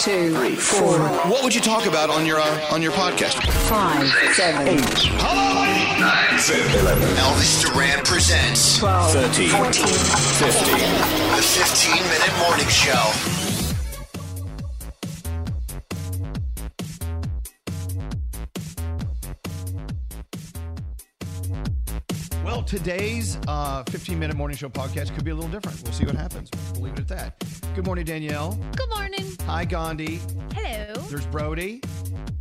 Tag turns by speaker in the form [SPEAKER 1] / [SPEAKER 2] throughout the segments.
[SPEAKER 1] two, three, four. What would you talk about on your uh, on your podcast?
[SPEAKER 2] Five, Six, seven, eight.
[SPEAKER 1] Hello, lady. Nine, seven, eleven. Elvis Duran presents
[SPEAKER 2] 12, 13, 14, 15.
[SPEAKER 1] The 15 minute morning show. Well, today's uh, 15 minute morning show podcast could be a little different. We'll see what happens. We'll leave it at that. Good morning, Danielle.
[SPEAKER 3] Good morning.
[SPEAKER 1] Hi, Gandhi.
[SPEAKER 3] Hello.
[SPEAKER 1] There's Brody.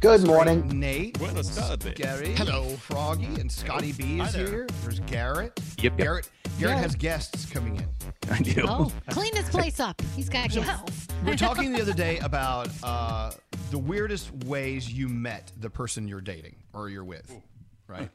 [SPEAKER 4] Good morning.
[SPEAKER 1] Nate.
[SPEAKER 5] Buenos tardes.
[SPEAKER 1] Gary.
[SPEAKER 5] Hello.
[SPEAKER 1] Froggy and Scotty B
[SPEAKER 5] Hi
[SPEAKER 1] is
[SPEAKER 5] there.
[SPEAKER 1] here. There's Garrett.
[SPEAKER 6] Yep, yep.
[SPEAKER 1] Garrett. Garrett
[SPEAKER 4] Yeah.
[SPEAKER 1] has guests coming in.
[SPEAKER 6] I do.
[SPEAKER 3] Oh, clean this place up. He's got guests.
[SPEAKER 1] We were talking the other day about uh, the weirdest ways you met the person you're dating or you're with, right?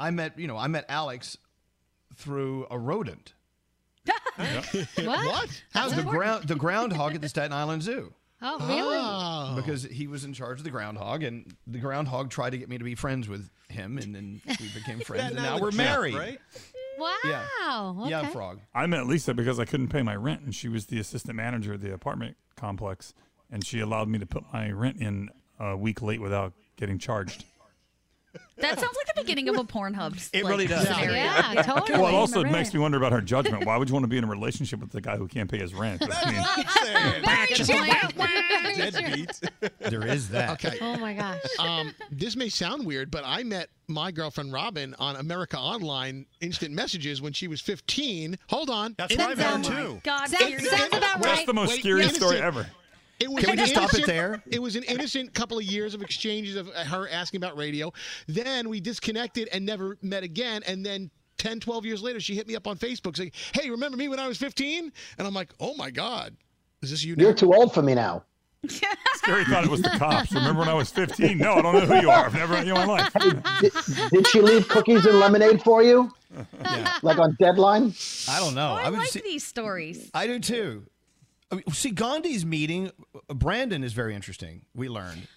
[SPEAKER 1] I met, you know, I met Alex through a rodent.
[SPEAKER 3] What?
[SPEAKER 1] How's the ground the groundhog at the Staten Island Zoo?
[SPEAKER 3] Oh, really?
[SPEAKER 1] Because he was in charge of the groundhog, and the groundhog tried to get me to be friends with him, and then we became friends, and now we're married.
[SPEAKER 5] right?
[SPEAKER 3] wow. Okay.
[SPEAKER 1] Yeah, frog.
[SPEAKER 7] I met Lisa because I couldn't pay my rent, and she was the assistant manager of the apartment complex, and she allowed me to put my rent in a week late without getting charged.
[SPEAKER 8] That sounds like the beginning of a Pornhub.
[SPEAKER 5] It
[SPEAKER 8] like,
[SPEAKER 5] really does. Yeah.
[SPEAKER 8] Scenario.
[SPEAKER 3] Yeah, totally.
[SPEAKER 7] Well, it also makes me wonder about her judgment. Why would you want to be in a relationship with the guy who can't pay his rent? I mean,
[SPEAKER 8] Good point.
[SPEAKER 5] Deadbeat.
[SPEAKER 1] There is that.
[SPEAKER 4] Okay.
[SPEAKER 3] Oh my gosh.
[SPEAKER 1] Uh,
[SPEAKER 4] Um, this may sound weird, but I met my girlfriend Robin on America Online instant messages when she was 15. Hold on.
[SPEAKER 5] That's
[SPEAKER 8] That
[SPEAKER 5] right, man,
[SPEAKER 8] sounds-
[SPEAKER 5] too.
[SPEAKER 8] God,
[SPEAKER 3] Sounds-
[SPEAKER 8] you're-
[SPEAKER 3] sounds about
[SPEAKER 7] that's
[SPEAKER 3] right.
[SPEAKER 7] the most
[SPEAKER 4] Wait,
[SPEAKER 7] scary
[SPEAKER 4] yeah,
[SPEAKER 7] story
[SPEAKER 4] listen.
[SPEAKER 7] ever.
[SPEAKER 4] It was
[SPEAKER 1] Can we
[SPEAKER 4] an
[SPEAKER 1] just stop it
[SPEAKER 4] innocent-
[SPEAKER 1] there?
[SPEAKER 4] It was an innocent couple of years of exchanges of her asking about radio. Then we disconnected and never met again. And then 10, 12 years later, she hit me up on Facebook saying, Hey, remember me when I was 15? And I'm like, Oh my God. Is this you now?
[SPEAKER 2] You're too old for me now.
[SPEAKER 7] Scary thought it was the cops. Remember when I was 15? No, I don't know who you are. I've never met you in my life.
[SPEAKER 2] Did, did she leave cookies and lemonade for you? Like on deadline?
[SPEAKER 1] I don't know.
[SPEAKER 8] Oh, I,
[SPEAKER 1] would
[SPEAKER 8] like
[SPEAKER 1] see-
[SPEAKER 8] these stories.
[SPEAKER 1] I do too. I mean, See, Gandhi's meeting uh, Brandon is very interesting. We learned.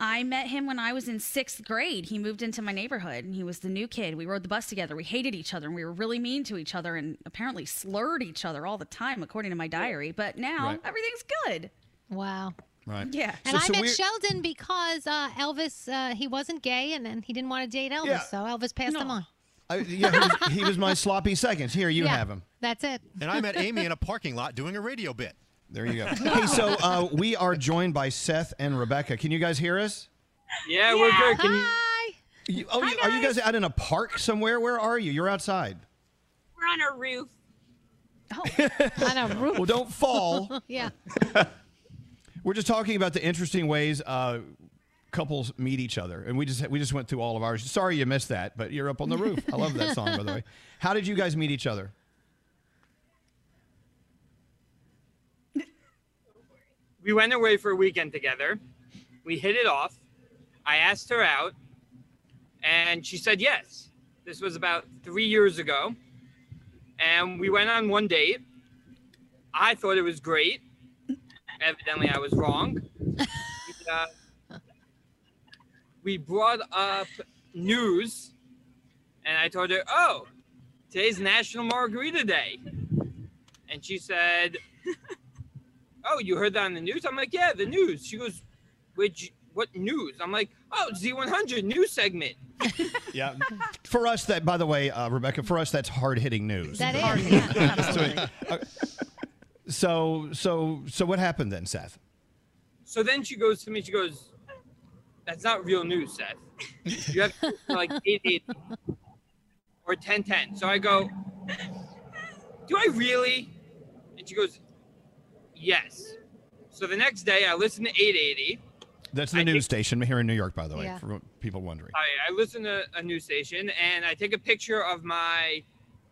[SPEAKER 8] I met him when I was in sixth grade. He moved into my neighborhood and he was the new kid. We rode the bus together. We hated each other and we were really mean to each other and apparently slurred each other all the time, according to my diary. But now
[SPEAKER 1] Right.
[SPEAKER 8] everything's good.
[SPEAKER 3] Wow.
[SPEAKER 1] Right.
[SPEAKER 8] Yeah.
[SPEAKER 3] And I met
[SPEAKER 1] we're-
[SPEAKER 3] Sheldon because uh, Elvis, uh, he wasn't gay and, and he didn't want to date Elvis,
[SPEAKER 1] Yeah.
[SPEAKER 3] so Elvis passed him on.
[SPEAKER 1] I, yeah, he was, he was my sloppy seconds. Here, you
[SPEAKER 3] Yeah.
[SPEAKER 1] have him.
[SPEAKER 3] That's it.
[SPEAKER 5] And I met Amy in a parking lot doing a radio bit.
[SPEAKER 1] There you go. hey, so uh, we are joined by Seth and Rebecca. Can you guys hear us?
[SPEAKER 9] Yeah, we're good. Can you-
[SPEAKER 1] You- oh, you- are you guys out in a park somewhere? Where are you? You're outside.
[SPEAKER 9] we're on a roof.
[SPEAKER 3] on a roof.
[SPEAKER 1] Well, don't fall.
[SPEAKER 3] yeah.
[SPEAKER 1] We're just talking about the interesting ways uh, couples meet each other, and we just we just went through all of ours. Sorry you missed that, but you're up on the roof. I love that song, by the way. How did you guys meet each other?
[SPEAKER 9] We went away for a weekend together. We hit it off. I asked her out, and she said yes. This was about three years ago. And we went on one date. I thought it was great. Evidently, I was wrong. We, uh, we brought up news, and I told her, Oh, today's National Margarita Day. And she said, oh, you heard that on the news? I'm like, yeah, the news. She goes, which what news? I'm like, oh, Z100 news segment.
[SPEAKER 1] Yeah. For us, that by the way, uh, Rebecca, for us that's hard hitting news.
[SPEAKER 9] That is, Hard-hitting. yeah,
[SPEAKER 1] so so so what happened then, Seth?
[SPEAKER 9] So then she goes to me. She goes, that's not real news, Seth. You have to do like eight eight or ten ten. So I go, do I really? And she goes, yes. So the next day, I listen to 880.
[SPEAKER 1] That's the news station here in New York, by the way,
[SPEAKER 9] Yeah.
[SPEAKER 1] for people wondering.
[SPEAKER 9] I, I listen to a news station and I take a picture of my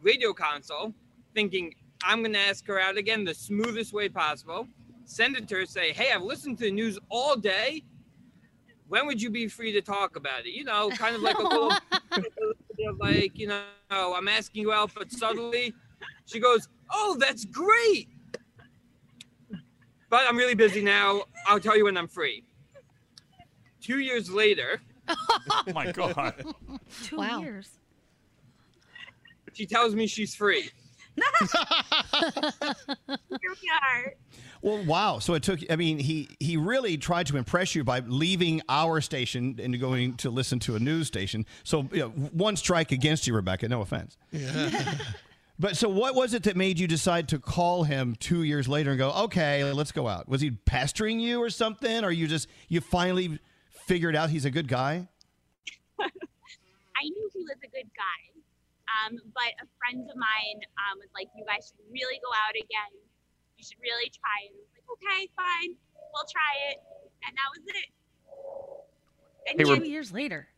[SPEAKER 9] radio console, thinking I'm going to ask her out again the smoothest way possible. Send it to her, say, Hey, I've listened to the news all day. When would you be free to talk about it? You know, kind of like a little, like, you know, I'm asking you out, but subtly. She goes, Oh, that's great. But I'm really busy now. I'll tell you when I'm free. Two years later,
[SPEAKER 7] Oh my god.
[SPEAKER 8] Two years.
[SPEAKER 9] She tells me she's free.
[SPEAKER 8] Here we are.
[SPEAKER 1] Well, wow. So it took I mean, he he really tried to impress you by leaving our station and going to listen to a news station. So you know, one strike against you, Rebecca, no offense. But so what was it that made you decide to call him 2 years later and go, "Okay, let's go out." Was he pestering you or something or you just you finally figured out he's a good guy?
[SPEAKER 10] I knew he was a good guy. Um, but a friend of mine um, was like, you guys should really go out again. You should really try it. I was like, okay, fine. We'll try it. And that was it. And
[SPEAKER 11] Hey,
[SPEAKER 10] two
[SPEAKER 11] Reb-
[SPEAKER 10] years later.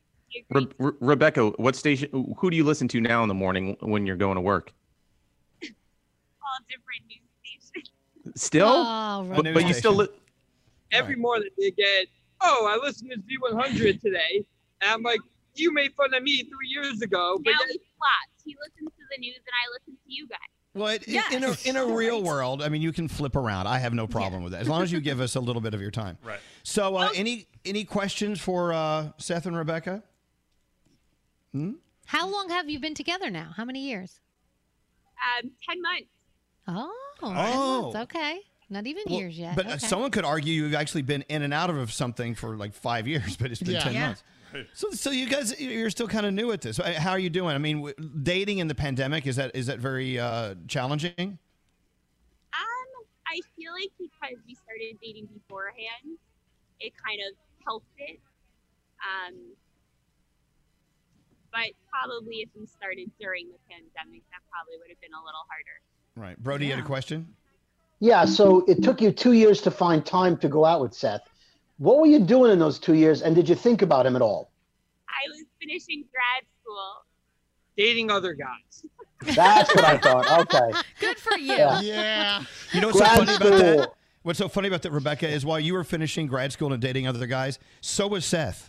[SPEAKER 11] Re- Re- Rebecca, what station? Who do you listen to now in the morning when you're going to work?
[SPEAKER 10] All different news stations.
[SPEAKER 11] Still,
[SPEAKER 10] Oh,
[SPEAKER 11] but,
[SPEAKER 10] right.
[SPEAKER 11] but you still. Li-
[SPEAKER 9] Every morning they get, oh, I listened to Z100 today. And I'm like, you made fun of me three years ago. But
[SPEAKER 10] Now
[SPEAKER 9] yet-
[SPEAKER 10] we swapped. He listens to the news and I listen to you guys.
[SPEAKER 1] Well, it, in a in a real world, I mean, you can flip around. I have no problem with that as long as you give us a little bit of your time. Right. So, uh, any any questions for uh, Seth and Rebecca? Hmm?
[SPEAKER 3] How long have you been together now? How many years?
[SPEAKER 10] Um, 10 months.
[SPEAKER 3] Oh,
[SPEAKER 1] Oh.
[SPEAKER 3] that's okay. Not even
[SPEAKER 1] Well,
[SPEAKER 3] years yet.
[SPEAKER 1] But uh,
[SPEAKER 3] okay.
[SPEAKER 1] someone could argue you've actually been in and out of something for like five years, but it's been
[SPEAKER 3] Yeah.
[SPEAKER 1] ten
[SPEAKER 3] Yeah.
[SPEAKER 1] months. So, so you guys, you're still kind of new at this. Uh, How are you doing? I mean, w- dating in the pandemic is that is that very uh, challenging?
[SPEAKER 10] Um, I feel like because we started dating beforehand, it kind of helped it. Um, but probably if we started during the pandemic, that probably would have been a little harder.
[SPEAKER 1] Right, Brody, you had a question.
[SPEAKER 2] Yeah, so it took you two years to find time to go out with Seth. What were you doing in those two years, and did you think about him at all?
[SPEAKER 10] I was finishing grad school.
[SPEAKER 9] dating other guys.
[SPEAKER 2] That's what I thought. Okay.
[SPEAKER 8] Good for you.
[SPEAKER 2] Yeah.
[SPEAKER 1] You know what's so
[SPEAKER 2] Grad
[SPEAKER 1] funny about that?
[SPEAKER 2] school.
[SPEAKER 1] What's so funny about that, Rebecca, is while you were finishing grad school and dating other guys, so was Seth.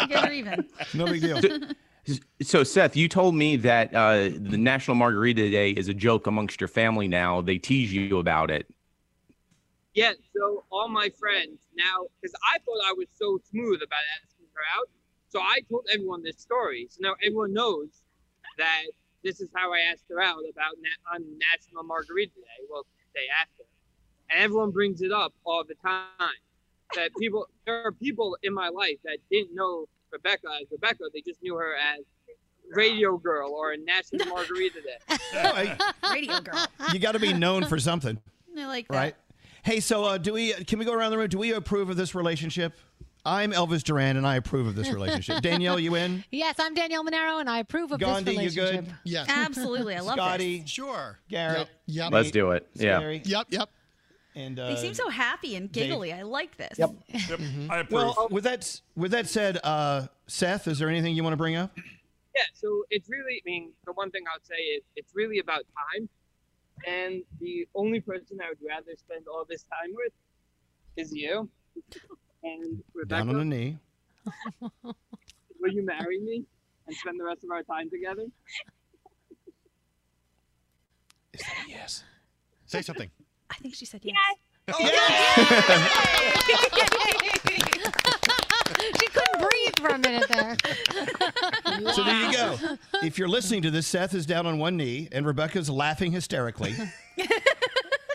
[SPEAKER 8] Get even.
[SPEAKER 1] no big deal.
[SPEAKER 11] So, Seth, you told me that uh, the National Margarita Day is a joke amongst your family now. They tease you about it.
[SPEAKER 9] Yeah, so all my friends now, because I thought I was so smooth about asking her out, so I told everyone this story. So now everyone knows that this is how I asked her out about na- on National Margarita Day, well, the day after, and everyone brings it up all the time. That people, there are people in my life that didn't know Rebecca as Rebecca; they just knew her as Radio Girl or National Margarita Day.
[SPEAKER 8] Radio girl.
[SPEAKER 1] you got to be known for something,
[SPEAKER 8] I like that.
[SPEAKER 1] right? Hey, so uh, do we? Can we go around the room? Do we approve of this relationship? I'm Elvis Duran, and I approve of this relationship. Danielle, you in?
[SPEAKER 3] Yes, I'm Danielle Monero, and I approve of
[SPEAKER 1] Gandhi,
[SPEAKER 3] this
[SPEAKER 1] you
[SPEAKER 3] relationship.
[SPEAKER 1] good? Yeah.
[SPEAKER 8] Absolutely. I love
[SPEAKER 1] Scotty,
[SPEAKER 8] this.
[SPEAKER 4] Sure.
[SPEAKER 1] Garrett.
[SPEAKER 4] Yep.
[SPEAKER 11] Let's do it. Yeah.
[SPEAKER 1] Scary.
[SPEAKER 4] Yep. Yep.
[SPEAKER 1] And uh,
[SPEAKER 8] They seem so happy and
[SPEAKER 1] Dave.
[SPEAKER 8] giggly. I like this.
[SPEAKER 7] I approve.
[SPEAKER 1] Mm-hmm. Well, uh, with that with that said, uh, Seth, is there anything you want to bring up?
[SPEAKER 9] Yeah, so it's really, I mean, the one thing I would say is it's really about time. And the only person I would rather spend all this time with is you. And Rebecca,
[SPEAKER 1] Down on a knee.
[SPEAKER 9] will you marry me and spend the rest of our time together?
[SPEAKER 1] Yes.
[SPEAKER 5] Say something.
[SPEAKER 8] I think she said yes.
[SPEAKER 3] she couldn't breathe for a minute there.
[SPEAKER 1] So there you go. If you're listening to this, Seth is down on one knee, and Rebecca's laughing hysterically.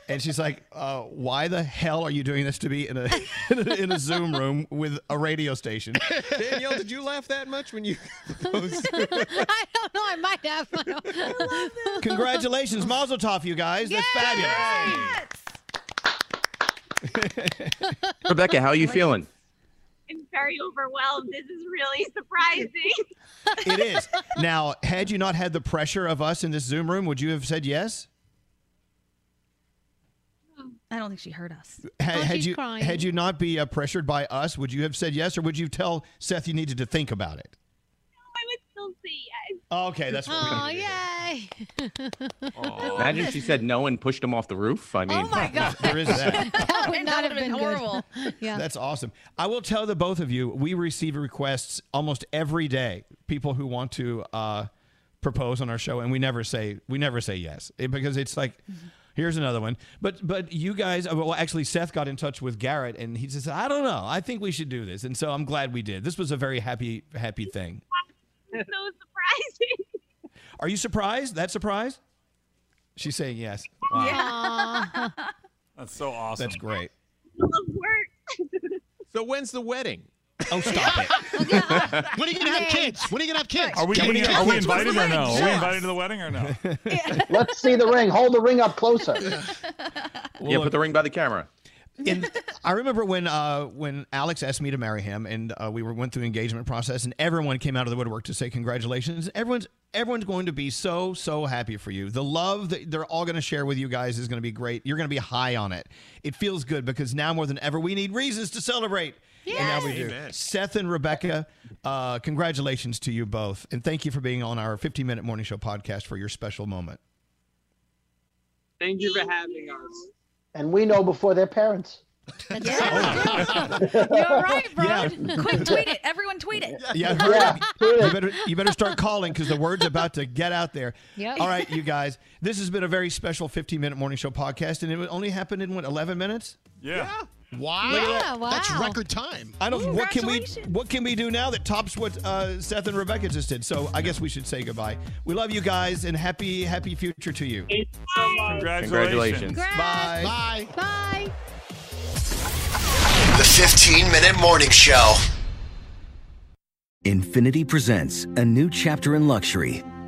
[SPEAKER 1] and she's like, uh, "Why the hell are you doing this to me in a in a Zoom room with a radio station?"
[SPEAKER 12] Danielle, did you laugh that much when you proposed?
[SPEAKER 3] I don't know. I might have. I don't-
[SPEAKER 1] Congratulations, Mazel Tov, you guys. That's fabulous.
[SPEAKER 11] Rebecca, how are you feeling?
[SPEAKER 10] I'm very overwhelmed. This is really surprising.
[SPEAKER 1] It is. Now, had you not had the pressure of us in this Zoom room, would you have said yes?
[SPEAKER 8] I don't think she heard us.
[SPEAKER 1] Ha-
[SPEAKER 8] Oh,
[SPEAKER 1] had
[SPEAKER 8] she's
[SPEAKER 1] you
[SPEAKER 8] crying.
[SPEAKER 1] had you not be uh, pressured by us, would you have said yes, or would you tell Seth you needed to think about it?
[SPEAKER 10] I would still say yes.
[SPEAKER 1] Okay, that's what we
[SPEAKER 3] Oh,
[SPEAKER 1] need to
[SPEAKER 3] yay.
[SPEAKER 13] Oh.
[SPEAKER 11] Imagine if she said no and pushed him off the roof. I mean,
[SPEAKER 3] my God.
[SPEAKER 1] do. There is that.
[SPEAKER 3] That would not have been,
[SPEAKER 8] horrible.
[SPEAKER 3] Good. Yeah.
[SPEAKER 1] That's awesome. I will tell the both of you, we receive requests almost every day. People who want to uh, propose on our show, and we never say we never say yes It- because it's like.
[SPEAKER 3] Mm-hmm.
[SPEAKER 1] Here's another one, but but you guys, uh, well, actually, Seth got in touch with Garrett, and he says, "I don't know, I think we should do this," and so I'm glad we did. This was a very happy happy thing.
[SPEAKER 10] This is so surprising.
[SPEAKER 1] Are you surprised? That surprised? She's saying yes. Wow.
[SPEAKER 7] That's so awesome.
[SPEAKER 1] That's great.
[SPEAKER 10] Full of work.
[SPEAKER 12] so when's the wedding?
[SPEAKER 1] Oh, stop it.
[SPEAKER 4] When are you gonna have kids? When are you gonna have kids?
[SPEAKER 7] Are we,
[SPEAKER 4] When
[SPEAKER 7] getting,
[SPEAKER 4] you
[SPEAKER 7] are
[SPEAKER 4] gonna
[SPEAKER 7] we
[SPEAKER 4] have kids? When's
[SPEAKER 7] invited
[SPEAKER 4] the
[SPEAKER 7] or no?
[SPEAKER 4] wedding?
[SPEAKER 7] Are we
[SPEAKER 4] Yeah.
[SPEAKER 7] invited to the wedding or no?
[SPEAKER 2] Let's see the ring. Hold the ring up closer.
[SPEAKER 11] yeah, put the ring by the camera.
[SPEAKER 1] in, I remember when uh, when Alex asked me to marry him, and uh, we were, went through the engagement process, and everyone came out of the woodwork to say congratulations. Everyone's everyone's going to be so so happy for you. The love that they're all going to share with you guys is going to be great. You're going to be high on it. It feels good because now more than ever we need reasons to celebrate. And now we do.
[SPEAKER 12] Amen.
[SPEAKER 1] Seth and Rebecca, uh, congratulations to you both, and thank you for being on our 15 minute morning show podcast for your special moment.
[SPEAKER 9] Thank you for having us.
[SPEAKER 2] And we know before their parents.
[SPEAKER 8] You're
[SPEAKER 3] right, bro.
[SPEAKER 8] Quick, tweet it. Everyone, tweet it.
[SPEAKER 1] Yeah, hurry up. You better, you better start calling because the word's about to get out there.
[SPEAKER 3] Yep.
[SPEAKER 1] All right, you guys. This has been a very special 15 minute morning show podcast, and it only happened in what 11 minutes.
[SPEAKER 7] Yeah.
[SPEAKER 4] Wow.
[SPEAKER 3] Look at that.
[SPEAKER 4] That's
[SPEAKER 3] Wow.
[SPEAKER 4] record time.
[SPEAKER 1] I don't. What can we
[SPEAKER 8] Congratulations.
[SPEAKER 1] What can we do now that tops what uh, Seth and Rebecca just did? So I guess we should say goodbye. We love you guys, and happy happy future to you.
[SPEAKER 9] Thank you so much.
[SPEAKER 11] Congratulations.
[SPEAKER 1] Bye.
[SPEAKER 4] Bye.
[SPEAKER 3] Bye.
[SPEAKER 14] The 15 Minute Morning Show.
[SPEAKER 15] Infinity presents a new chapter in luxury,